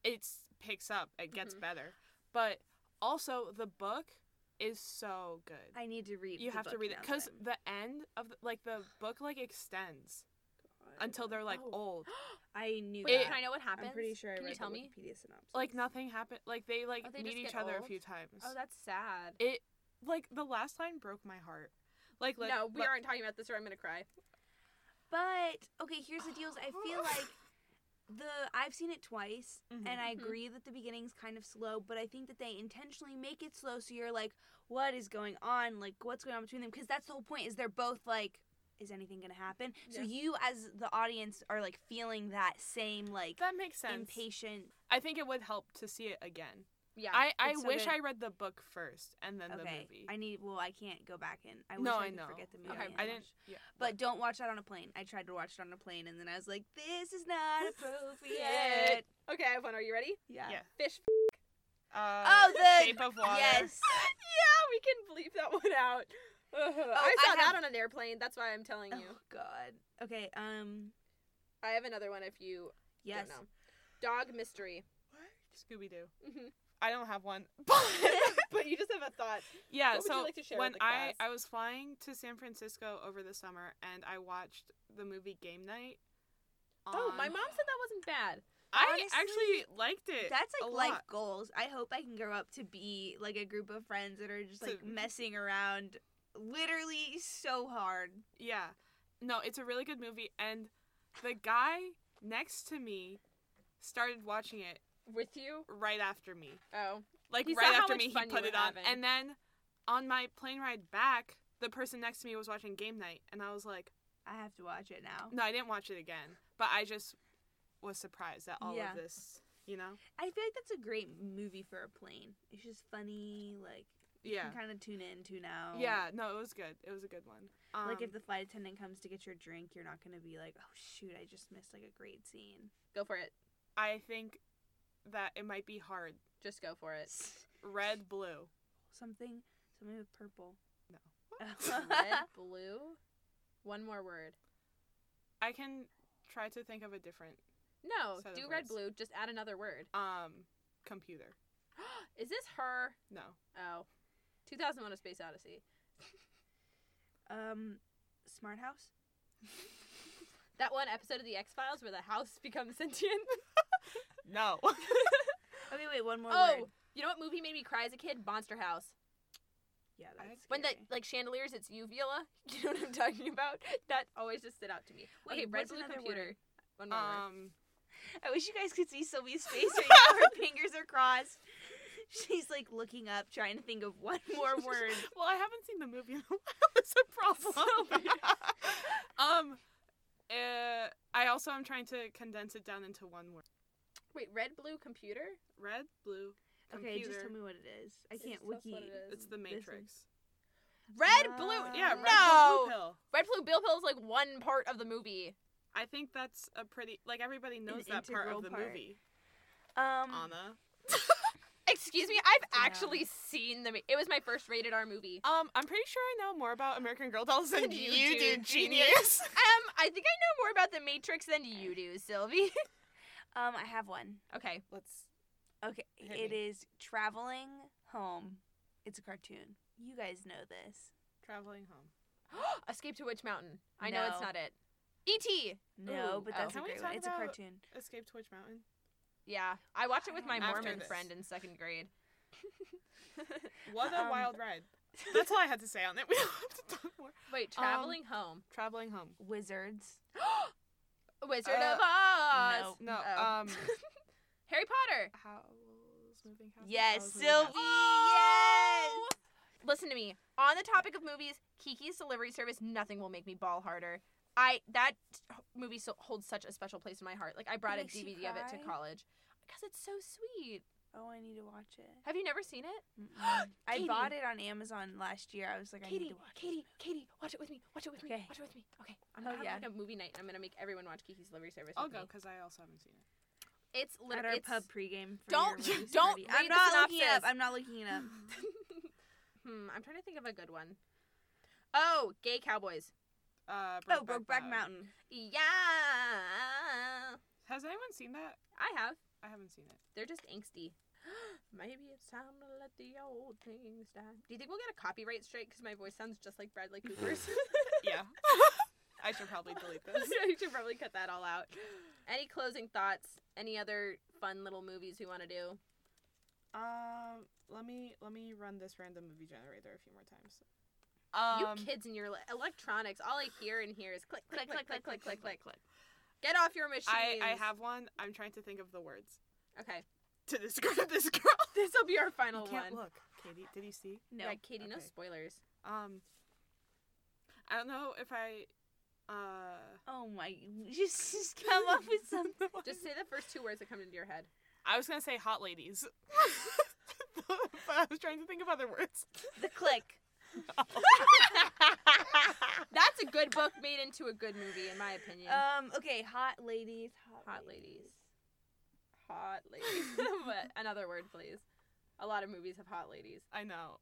S1: it's picks up, it gets
S2: Mhm.
S1: better. But Also, the book is so good.
S3: I need to read.
S1: you
S3: the
S1: have to
S3: book
S1: read it
S3: now
S1: because
S3: then.
S1: the end of the, like the book like extends until they're like
S2: Oh.
S1: old.
S3: I knew.
S2: Wait,
S1: It-
S2: can I know what happens?
S3: am pretty sure I
S2: Can
S3: read
S2: you tell
S3: the
S2: me?
S3: Wikipedia synopsis.
S1: Like nothing happened. Like they like
S2: Oh, they
S1: meet
S2: just
S1: each
S2: get
S1: other a
S2: old?
S1: few times.
S2: Oh, that's sad.
S1: it like the last line broke my heart. Like, like
S2: no, we
S1: like-
S2: aren't talking about this, or I'm gonna cry.
S3: But okay, here's the deal. is I feel like the I've seen it twice,
S1: Mhm.
S3: and I
S2: Mhm.
S3: agree that the beginning's kind of slow. But I think that they intentionally make it slow, so you're like, what is going on? Like, what's going on between them? Because that's the whole point. Is they're both like. Is anything gonna happen? So
S2: Yeah.
S3: you, as the audience, are like feeling that same like
S1: That makes sense.
S3: impatient.
S1: I think it would help to see it again.
S2: Yeah.
S1: I, I
S3: it's so
S1: wish
S3: good.
S1: I read the book first and then the
S3: Okay,
S1: movie.
S3: I need. Well, I can't go back and I wish
S1: no,
S3: I,
S1: I
S3: could
S1: know.
S3: forget the movie.
S1: Okay,
S3: and
S1: I
S3: watch
S1: didn't. Yeah.
S3: But don't watch that on a plane. I tried to watch it on a plane and then I was like, this is not appropriate.
S2: Appropriate. okay, I have one. Are you ready?
S3: Yeah.
S1: Yeah.
S2: Fish.
S1: Uh,
S3: Oh, the-
S1: Shape of Water.
S3: Yes.
S2: yeah, we can bleep that one out. Oh, I
S3: I
S2: saw that
S3: have-
S2: on an airplane. That's why I'm telling
S3: Oh
S2: you.
S3: God. Okay. Um.
S2: I have another one if you
S3: Yes.
S2: don't know. Dog mystery.
S1: Scooby Doo.
S2: Mhm.
S1: I don't have one. But
S2: but you just have a thought.
S1: yeah,
S2: What would you
S1: so
S2: like to share
S1: when
S2: with the
S1: I
S2: class?
S1: I was flying to San Francisco over the summer and I watched the movie Game Night.
S2: Oh, my
S1: on-
S2: mom said that wasn't bad.
S1: I
S3: Honestly,
S1: actually liked it.
S3: That's
S1: a
S3: like life
S1: lot.
S3: goals. I hope I can grow up to be like a group of friends that are just
S1: So-
S3: like messing around, literally so hard.
S1: Yeah. No, it's a really good movie and the guy next to me started watching it
S2: With you?
S1: right after me.
S2: Oh.
S1: Like
S2: He saw
S1: right
S2: how
S1: after
S2: much
S1: me he
S2: fun you
S1: put
S2: were
S1: it on.
S2: having.
S1: And then on my plane ride back, the person next to me was watching Game Night and I was like,
S3: I have to watch it now.
S1: No, I didn't watch it again, but I just was surprised at all
S3: Yeah.
S1: of this. You know?
S3: I feel like that's a great movie for a plane. It's just funny, like you
S1: Yeah.
S3: can kind of tune in, tune out.
S1: Yeah. No, it was good. It was a good one. Um,
S3: like if the flight attendant comes to get your drink, you're not gonna be like, oh shoot, I just missed like a great scene.
S2: Go for it.
S1: I think that it might be hard.
S2: Just go for it.
S1: Red, blue.
S3: Something, something with purple.
S1: No.
S2: Red, blue. One more word.
S1: I can try to think of a different
S2: No,
S1: Set of
S2: do red,
S1: words.
S2: blue. Just add another word.
S1: um computer.
S2: Is this her?
S1: No.
S2: Oh. 2001 A Space Odyssey.
S3: um, smart house.
S2: That one episode of The X Files where the house becomes sentient.
S1: No.
S3: Okay, wait, one more
S2: oh,
S3: word.
S2: you know what movie made me cry as a kid? Monster House.
S3: Yeah,
S1: I-
S3: that's
S2: When that
S3: scary.
S2: like chandeliers, it's uvula. You know what I'm talking about? That always just stood out to me.
S3: Wait,
S2: okay, red
S3: what's
S2: blue
S3: another
S2: computer. One more word.
S1: um
S3: I wish you guys could see Sylvie's face right now. Her fingers are crossed. She's like looking up, trying to think of one more word.
S1: well, I haven't seen the movie in a while. It's a problem. um uh, I also am trying to condense it down into one word.
S2: Wait, red blue computer.
S1: Red, blue, computer.
S3: Okay, just tell me what it is. I
S2: Just
S3: can't
S2: tell us
S3: wiki.
S2: what it is.
S1: it's the
S3: this one.
S1: Matrix.
S2: Red
S3: Uh,
S2: blue.
S1: Yeah, red,
S2: no.
S1: blue, blue pill.
S2: Red blue bill pill is like one part of the movie.
S1: I think that's a pretty like everybody knows that part
S3: integral
S1: of the
S3: part.
S1: movie.
S3: Um,
S1: Anna.
S2: Excuse me, I've
S3: Yeah.
S2: actually seen the. ma- It was my first rated R movie.
S1: Um, I'm pretty sure I know more about American Girl dolls than
S2: You
S1: you,
S2: do,
S1: do,
S2: genius.
S1: genius.
S2: Um, I think I know more about the Matrix than you do, Sylvie.
S3: um, I have one.
S2: okay.
S1: Let's.
S3: Okay,
S1: Hit
S3: it
S1: me.
S3: is traveling home. It's a cartoon. You guys know this.
S1: Traveling home.
S2: Escape to Witch Mountain. I know it's
S3: No.
S2: not it. E E.T.
S3: No,
S1: Ooh,
S3: but
S2: oh.
S3: that's
S1: Can
S3: a
S1: we
S3: great
S1: talk
S3: one. It's a
S1: about-
S3: cartoon.
S1: Escape to Witch Mountain.
S2: Yeah, I watched it with my
S3: After
S2: Mormon
S1: this.
S2: friend in second grade.
S1: What a
S3: Um,
S1: wild ride. That's all I had to say on it. We don't have to talk more.
S2: Wait,
S1: Um,
S2: traveling home.
S1: Traveling home.
S3: Wizards.
S2: Wizard
S1: uh,
S2: of Oz.
S3: no.
S1: No.
S2: Oh.
S1: Um.
S2: Harry Potter.
S1: Howl's moving house.
S3: Yes,
S1: Howl's Moving House.
S3: Sylvie. Yes.
S2: Listen to me. On the topic of movies, Kiki's Delivery Service. Nothing will make me ball harder. I that movie so, holds such a special place in my heart. Like I brought a
S3: makes you
S2: DVD of it to
S3: cry?
S2: college because it's so sweet.
S3: Oh, I need to watch it.
S2: Have you never seen it,
S3: Mm-mm. I
S2: Katie.
S3: bought it on Amazon last year. I was like, I need
S2: Katie?
S3: to watch
S2: Katie, Katie, watch it with me. Watch it with me.
S3: Okay.
S2: Watch it with me. Okay, I'm
S3: Oh,
S2: gonna have
S3: yeah.
S2: like a movie night. and I'm gonna make everyone watch Kiki's Delivery Service.
S1: I'll
S2: with
S1: go
S2: me.
S1: because I also haven't seen it.
S2: It's
S3: it. At
S2: literally
S3: our pub pregame. For
S2: Don't-
S3: your release
S2: don't
S3: party.
S2: read
S3: I'm
S2: the
S3: not looking it up.
S2: synopsis.
S3: I'm not looking it up.
S2: hmm, I'm trying to think of a good one. Oh, gay cowboys.
S1: Uh,
S3: oh,
S1: Brokeback
S3: Brokeback Mountain.
S2: Yeah,
S1: Has anyone seen that?
S2: I have.
S1: I haven't seen it.
S2: They're just angsty. Maybe it's time to let the old things die. Do you think we'll get a copyright strike because my voice sounds just like Bradley Cooper's?
S1: Yeah. I should probably delete this.
S2: yeah, you should probably cut that all out. Any closing thoughts? Any other fun little movies we want to do?
S1: Um, let me let me run this random movie generator a few more times. Um,
S2: you kids and your le- electronics. All I hear in here is click, click, click, click, click, click, click, click. Get off your machines.
S1: I I have one. I'm trying to think of the words
S2: Okay,
S1: to describe this girl.
S2: this will be our final
S1: You can't
S2: one.
S1: look, Katie. Did you see?
S3: No.
S2: Right, Katie. No
S1: Okay.
S2: spoilers.
S1: Um, I don't know if I. Uh,
S3: Oh my! Just, just come up with something.
S2: Just say the first two words that come into your head.
S1: I was gonna say hot ladies, but I was trying to think of other words.
S3: The click.
S2: That's a good book made into a good movie, in my opinion.
S3: Um. Okay. Hot ladies. Hot,
S2: Hot ladies. hot ladies. but another word, please. A lot of movies have hot ladies.
S1: I know.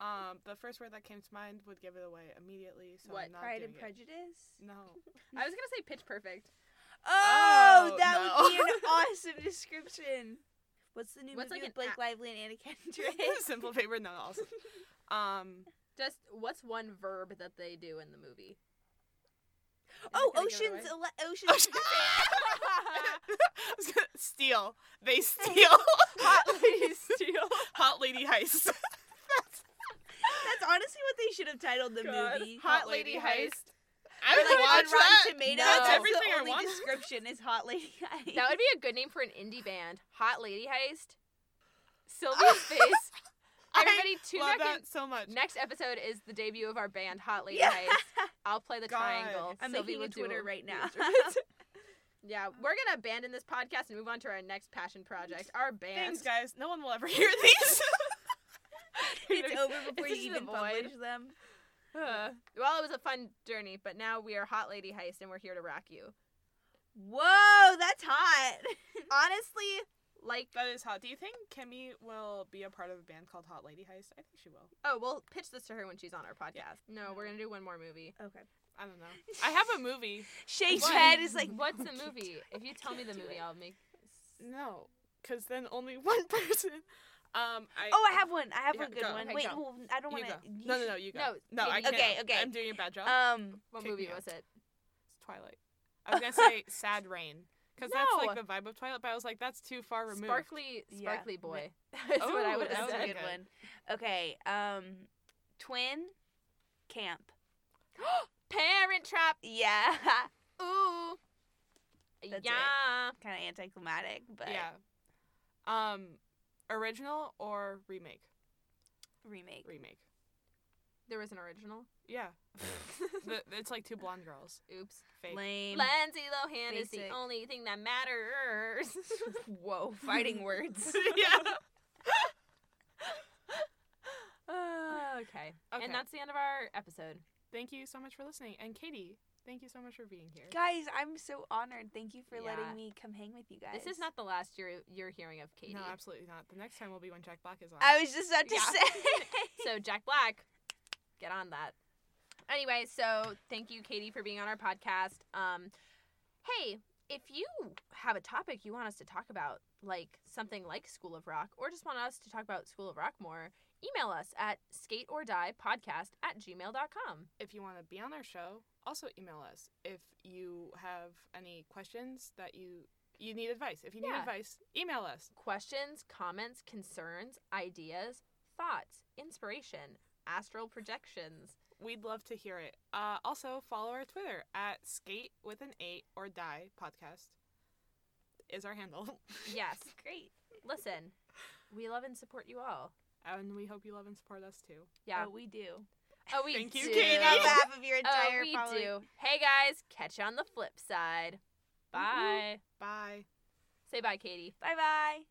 S1: Um, the first word that came to mind would give it away immediately, so
S2: What?
S1: I'm not
S3: Pride and
S1: doing it.
S3: Prejudice.
S1: No.
S2: I was gonna say Pitch Perfect.
S3: Oh,
S1: Oh,
S3: that
S1: no.
S3: would be an awesome description. What's the new
S2: What's
S3: movie
S2: like
S3: with Blake
S2: an
S3: Lively and Anna Kendrick?
S1: Simple favorite, no, also. Um,
S2: Just what's one verb that they do in the movie? Is
S3: oh,
S2: it gonna give it
S3: Ocean's
S2: away?
S3: Ele- Ocean's.
S1: I was gonna- steal. They steal.
S2: Hot ladies steal.
S1: Hot lady heist.
S3: That's honestly what they should have titled the
S2: God.
S3: movie.
S1: Hot Lady Heist. I
S3: Or like on Rotten
S1: that.
S3: Tomatoes.
S1: That's
S3: that's
S1: everything
S3: the
S1: I
S3: only
S1: want.
S3: description is Hot Lady Heist.
S2: That would be a good name for an indie band. Hot Lady Heist. Sylvia's face. Everybody tune
S1: I love
S2: back in.
S1: that so much.
S2: Next episode is the debut of our band, Hot Lady
S3: Yeah.
S2: Heist. I'll play the
S1: God.
S2: triangle.
S3: I'm
S2: Sylvie
S3: making
S2: will
S3: a
S2: do
S3: Twitter right
S2: the
S3: now.
S2: instruments. yeah, we're gonna abandon this podcast and move on to our next passion project, our band.
S1: Thanks, guys. No one will ever hear these.
S3: it's over before
S2: just
S3: you
S2: a
S3: even
S2: void.
S3: publish them.
S2: Uh, well, it was a fun journey, but now we are Hot Lady Heist and we're here to rock you.
S3: Whoa, that's hot.
S2: Honestly, like,
S1: that is hot. Do you think Kimmy will be a part of a band called Hot Lady Heist? I think she will.
S2: oh, we'll pitch this to her when she's on our podcast. No, we're gonna do one more movie.
S3: Okay.
S1: I don't know. I have a movie.
S3: Shake's
S2: What?
S3: head is like,
S2: What's the movie? If you tell me the movie, I'll make.
S1: No, because then only one person. Um, I.
S3: oh, I have one. I have
S1: Yeah,
S3: a good
S1: go.
S3: one.
S2: Okay,
S3: Wait,
S2: go.
S3: well, I don't
S1: You
S3: want
S1: go.
S3: to.
S1: No, no, no. You go.
S2: No,
S1: No,
S2: Jamie,
S1: I can't.
S2: go.
S3: Okay, okay.
S1: I'm doing a bad job.
S3: Um,
S2: What
S1: Kick
S2: movie
S1: me
S2: was it?
S1: it's Twilight. I was gonna say Sad Rain because that's like
S2: No.
S1: the vibe of Twilight, but I was like, that's too far removed.
S2: Sparkly,
S3: Yeah. Oh,
S2: sparkly boy. That's what I
S1: Ooh,
S2: would
S1: that
S2: have
S1: was
S2: said.
S3: a
S1: good.
S3: good one. Okay, um, twin camp.
S2: Parent Trap.
S3: Yeah,
S2: Ooh.
S3: That's it.
S2: yeah.
S3: kind of anticlimactic, but
S1: Yeah. Um, original or remake?
S3: remake.
S1: Remake.
S2: There was an original.
S1: Yeah. the, it's like two blonde girls.
S2: Oops.
S1: Fake.
S3: Lame.
S2: Lindsay Lohan is the
S3: Basic.
S2: only thing that matters.
S3: Whoa, fighting words.
S1: yeah.
S2: Uh, okay.
S1: Okay.
S2: And that's the end of our episode.
S1: Thank you so much for listening, and Katie, thank you so much for being here.
S3: guys, I'm so honored. Thank you for
S2: Yeah.
S3: letting me come hang with you guys.
S2: This is not the last year you're hearing of Katie.
S1: No, absolutely not. The next time will be when Jack Black is on.
S3: I was just about to
S2: Yeah.
S3: say.
S2: so Jack Black, get on that. Anyway, so thank you, Katie, for being on our podcast. Um, hey, if you have a topic you want us to talk about, like something like School of Rock, or just want us to talk about School of Rock more, email us at skateordiepodcast at gmail.com.
S1: if you want to be on our show, also email us. If you have any questions that you you need advice, if you need
S2: Yeah.
S1: advice, email us.
S2: Questions, comments, concerns, ideas, thoughts, inspiration, astral projections.
S1: We'd love to hear it. Uh, also, follow our Twitter at skate with an eight or die podcast is our handle,
S2: Yes.
S3: Great.
S2: Listen, we love and support you all.
S1: and we hope you love and support us too.
S2: Yeah.
S3: Oh, we do.
S2: Oh, we
S1: Thank you,
S2: do.
S1: Katie.
S3: On behalf of your
S2: Oh,
S3: entire
S2: we
S3: following-
S2: do. Hey guys, catch
S3: Mm-hmm.
S2: you on the flip side. Bye.
S1: Bye.
S2: Say bye, Katie.
S3: Bye bye.